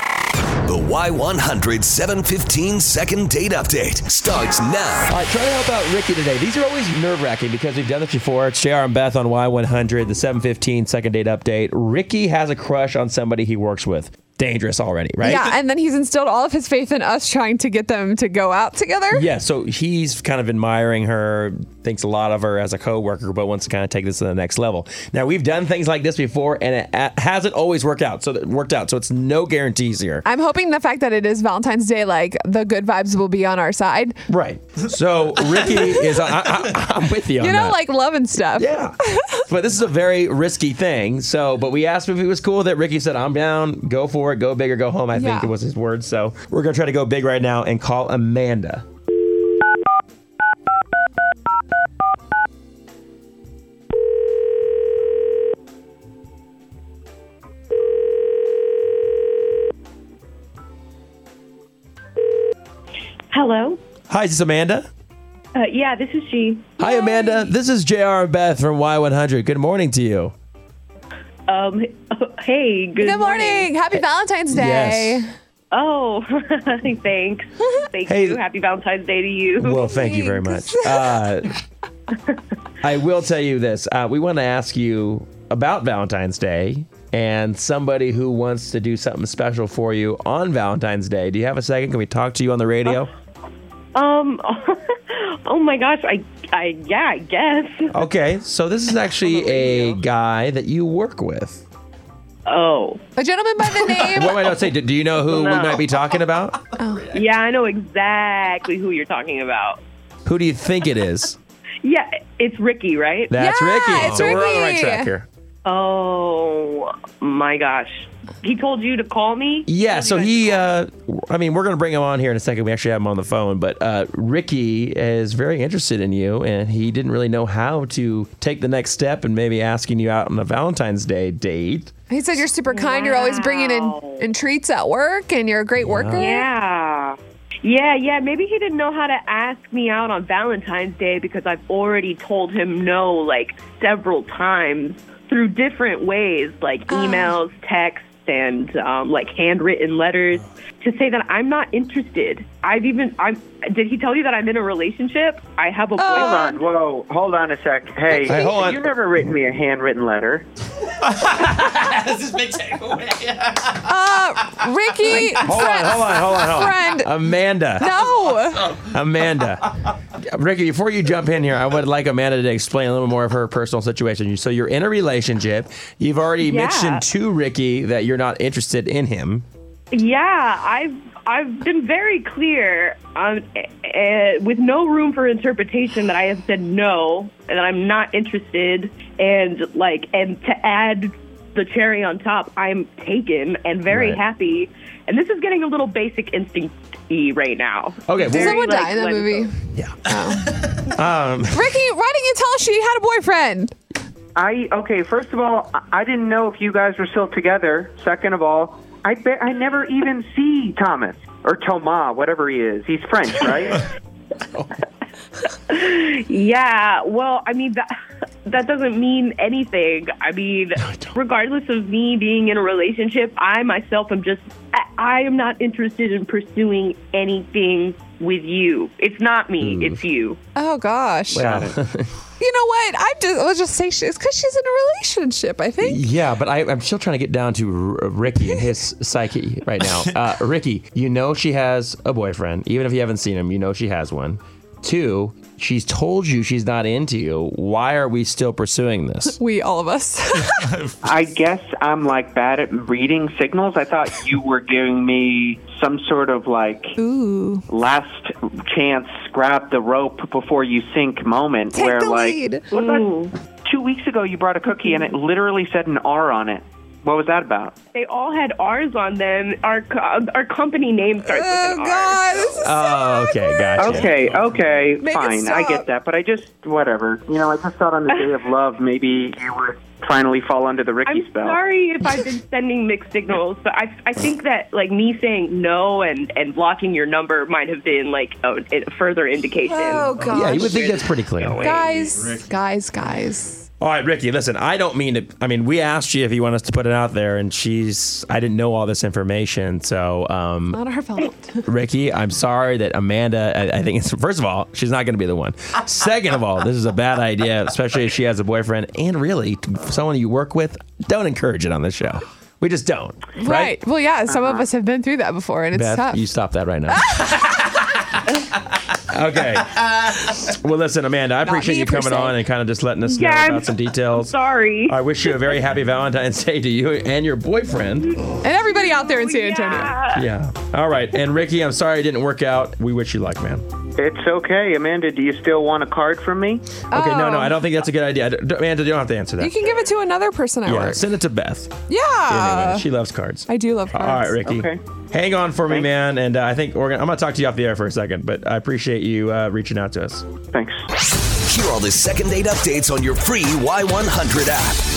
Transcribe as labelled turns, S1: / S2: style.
S1: The Y100 715 second date update starts now.
S2: All right, try to help out Ricky today. These are always nerve wracking because we've done this before. It's JR and Beth on Y100, the 715 second date update. Ricky has a crush on somebody he works with. Dangerous already, right?
S3: Yeah, and then he's instilled all of his faith in us trying to get them to go out together.
S2: Yeah, so he's kind of admiring her, thinks a lot of her as a coworker, but wants to kind of take this to the next level. Now we've done things like this before, and it a- hasn't always worked out. So it worked out. So it's no guarantees here.
S3: I'm hoping the fact that it is Valentine's Day, like the good vibes will be on our side.
S2: Right. So Ricky is. I, I, I'm with you. on
S3: You know,
S2: that.
S3: like love and stuff.
S2: Oh, Yeah. but this is a very risky thing. So, but we asked him if he was cool with it. Ricky said, I'm down. Go for it. Go big or go home. I think
S3: Yeah.
S2: it was his word. So we're going to try to go big right now and call Amanda.
S4: Hello.
S2: Hi, is this Amanda?
S4: Uh, yeah, this is she.
S2: Hi, Amanda. This is JR and Beth from Y100. Good morning to you.
S4: Um, hey, good,
S3: Good morning. Happy Valentine's Day.
S2: Yes.
S4: Oh, thanks. Thank
S2: Hey.
S4: you. Happy Valentine's Day to you.
S2: Well, thank you very much. Uh, I will tell you this. Uh, we want to ask you about Valentine's Day and somebody who wants to do something special for you on Valentine's Day. Do you have a second? Can we talk to you on the radio?
S4: Um, oh my gosh, I, I, yeah, I guess.
S2: Okay, so this is actually a guy that you work with.
S4: Oh,
S3: A gentleman by the
S2: What am
S3: name.
S2: I not say? Do do you know who we
S4: No.
S2: might be talking about?
S4: yeah, I know exactly who you're talking about.
S2: Who do you think it is?
S4: Yeah, it's Ricky, right?
S2: That's
S3: Yeah,
S2: Ricky.
S3: it's
S2: so we're on the right
S3: Ricky.
S2: track here.
S4: oh my gosh, he told you to call me.
S2: Yeah, so
S4: Told you
S2: he,
S4: guys
S2: uh, I mean, we're going to bring him on here in a second. We actually have him on the phone, but uh, Ricky is very interested in you, and he didn't really know how to take the next step and maybe asking you out on a Valentine's Day date.
S3: He said you're super kind. You're always bringing in,
S4: Wow.
S3: in treats at work, and you're a great worker.
S4: to- Yeah. Yeah, yeah. Maybe he didn't know how to ask me out on Valentine's Day because I've already told him no like several times through different ways, like emails, texts, and um, like handwritten letters to say that I'm not interested. I've even I'm. Did he tell you that I'm in a relationship? I have a
S5: Hold
S4: boyfriend.
S5: on, whoa, hold on a sec. Hey,
S2: Hey, hold on.
S5: you've never written me a handwritten letter.
S3: Uh, Ricky,
S2: Hold on, hold on, hold on, hold on.
S3: friend,
S2: Amanda.
S3: no.
S2: Amanda. Ricky, before you jump in here, I would like Amanda to explain a little more of her personal situation. So you're in a relationship. You've already
S4: Yeah.
S2: mentioned to Ricky that you're not interested in him.
S4: Yeah, I've I've been very clear um, uh, with no room for interpretation that I have said no and that I'm not interested and like and to add the cherry on top, I'm taken and very
S2: Right.
S4: happy. And this is getting a little basic instincty right now.
S2: Okay,
S3: Did
S2: well,
S3: someone
S4: like,
S3: die in that
S4: let it
S3: movie? Oh.
S2: yeah. Um.
S3: Ricky, why didn't you tell us she had a boyfriend?
S5: I okay. First of all, I- I didn't know if you guys were still together. Second of all, I bet I never even see Thomas or Thomas, whatever he is. He's French, right?
S4: Yeah, well, I mean that that doesn't mean anything. I mean, regardless of me being in a relationship, I myself am just I, I am not interested in pursuing anything with you. It's not me, it's you.
S3: Oh gosh.
S2: Well,
S3: You know what? I just I was just saying it's because she's in a relationship. I think.
S2: yeah, but I, I'm still trying to get down to R- Ricky and his psyche right now. Uh, Ricky, you know she has a boyfriend. Even if you haven't seen him, you know she has one. Two, she's told you she's not into you. Why are we still pursuing this?
S3: We all of us.
S5: I guess I'm like bad at reading signals. I thought you were giving me some sort of like
S3: Ooh.
S5: last chance, grab the rope before you sink moment.
S3: Take
S5: where
S3: the
S5: like
S3: lead.
S5: What about two weeks ago you brought a cookie and it literally said an R on it. What was that about?
S4: They all had R's on them. Our co- our company name starts
S3: Oh
S4: with an R.
S3: God. This is so
S2: Oh, okay, gotcha.
S5: Okay, okay,
S3: Make it
S5: fine. I
S3: stop.
S5: get that, but I just whatever. You know, I just thought on the day of love, maybe you would finally fall under the Ricky
S4: I'm
S5: spell.
S4: sorry if I've been sending mixed signals, but I, I think that like me saying no and, and blocking your number might have been like a, a further indication.
S3: Oh gosh.
S2: Yeah, you would think that's pretty clear.
S3: guys, guys, guys.
S2: All right, Ricky, listen, I don't mean to. I mean, we asked you if you want us to put it out there, and she's. I didn't know all this information. So, um,
S3: Not our fault.
S2: Ricky, I'm sorry that Amanda, I, I think, it's, first of all, she's not going to be the one. Second of all, this is a bad idea, especially if she has a boyfriend. And really, someone you work with, don't encourage it on this show. We just don't. Right.
S3: Right. Well, yeah, some
S5: Uh-huh.
S3: of us have been through that before, and it's
S2: Beth,
S3: tough.
S2: you stop that right now. okay. Well, listen, Amanda, I appreciate
S3: me
S2: you coming
S3: per se.
S2: on and kind of just letting us know
S4: Yeah, I'm-
S2: about some details.
S4: Sorry.
S2: I wish you a very happy Valentine's Day to you and your boyfriend.
S3: and everybody out there in
S5: Oh,
S3: San Antonio.
S4: Yeah.
S2: Yeah. All right. And Ricky, I'm sorry it didn't work out. We wish you luck, man.
S5: It's okay, Amanda. Do you still want a card from me?
S2: Okay. No, no,
S3: Oh.
S2: I don't think that's a good idea. I don't- Amanda, you don't have to answer
S3: You
S2: that.
S3: can give it to another person at
S2: Yeah.
S3: work.
S2: Send it to Beth.
S3: Yeah.
S2: Anyway, she loves cards.
S3: I do love cards.
S2: All right, Ricky.
S5: Okay.
S2: Hang on for me,
S5: Thanks.
S2: man. And uh, I think Oregon, I'm going to talk to you off the air for a second, but I appreciate you uh, reaching out to us.
S5: Thanks.
S1: Hear all the second date updates on your free Y100 app.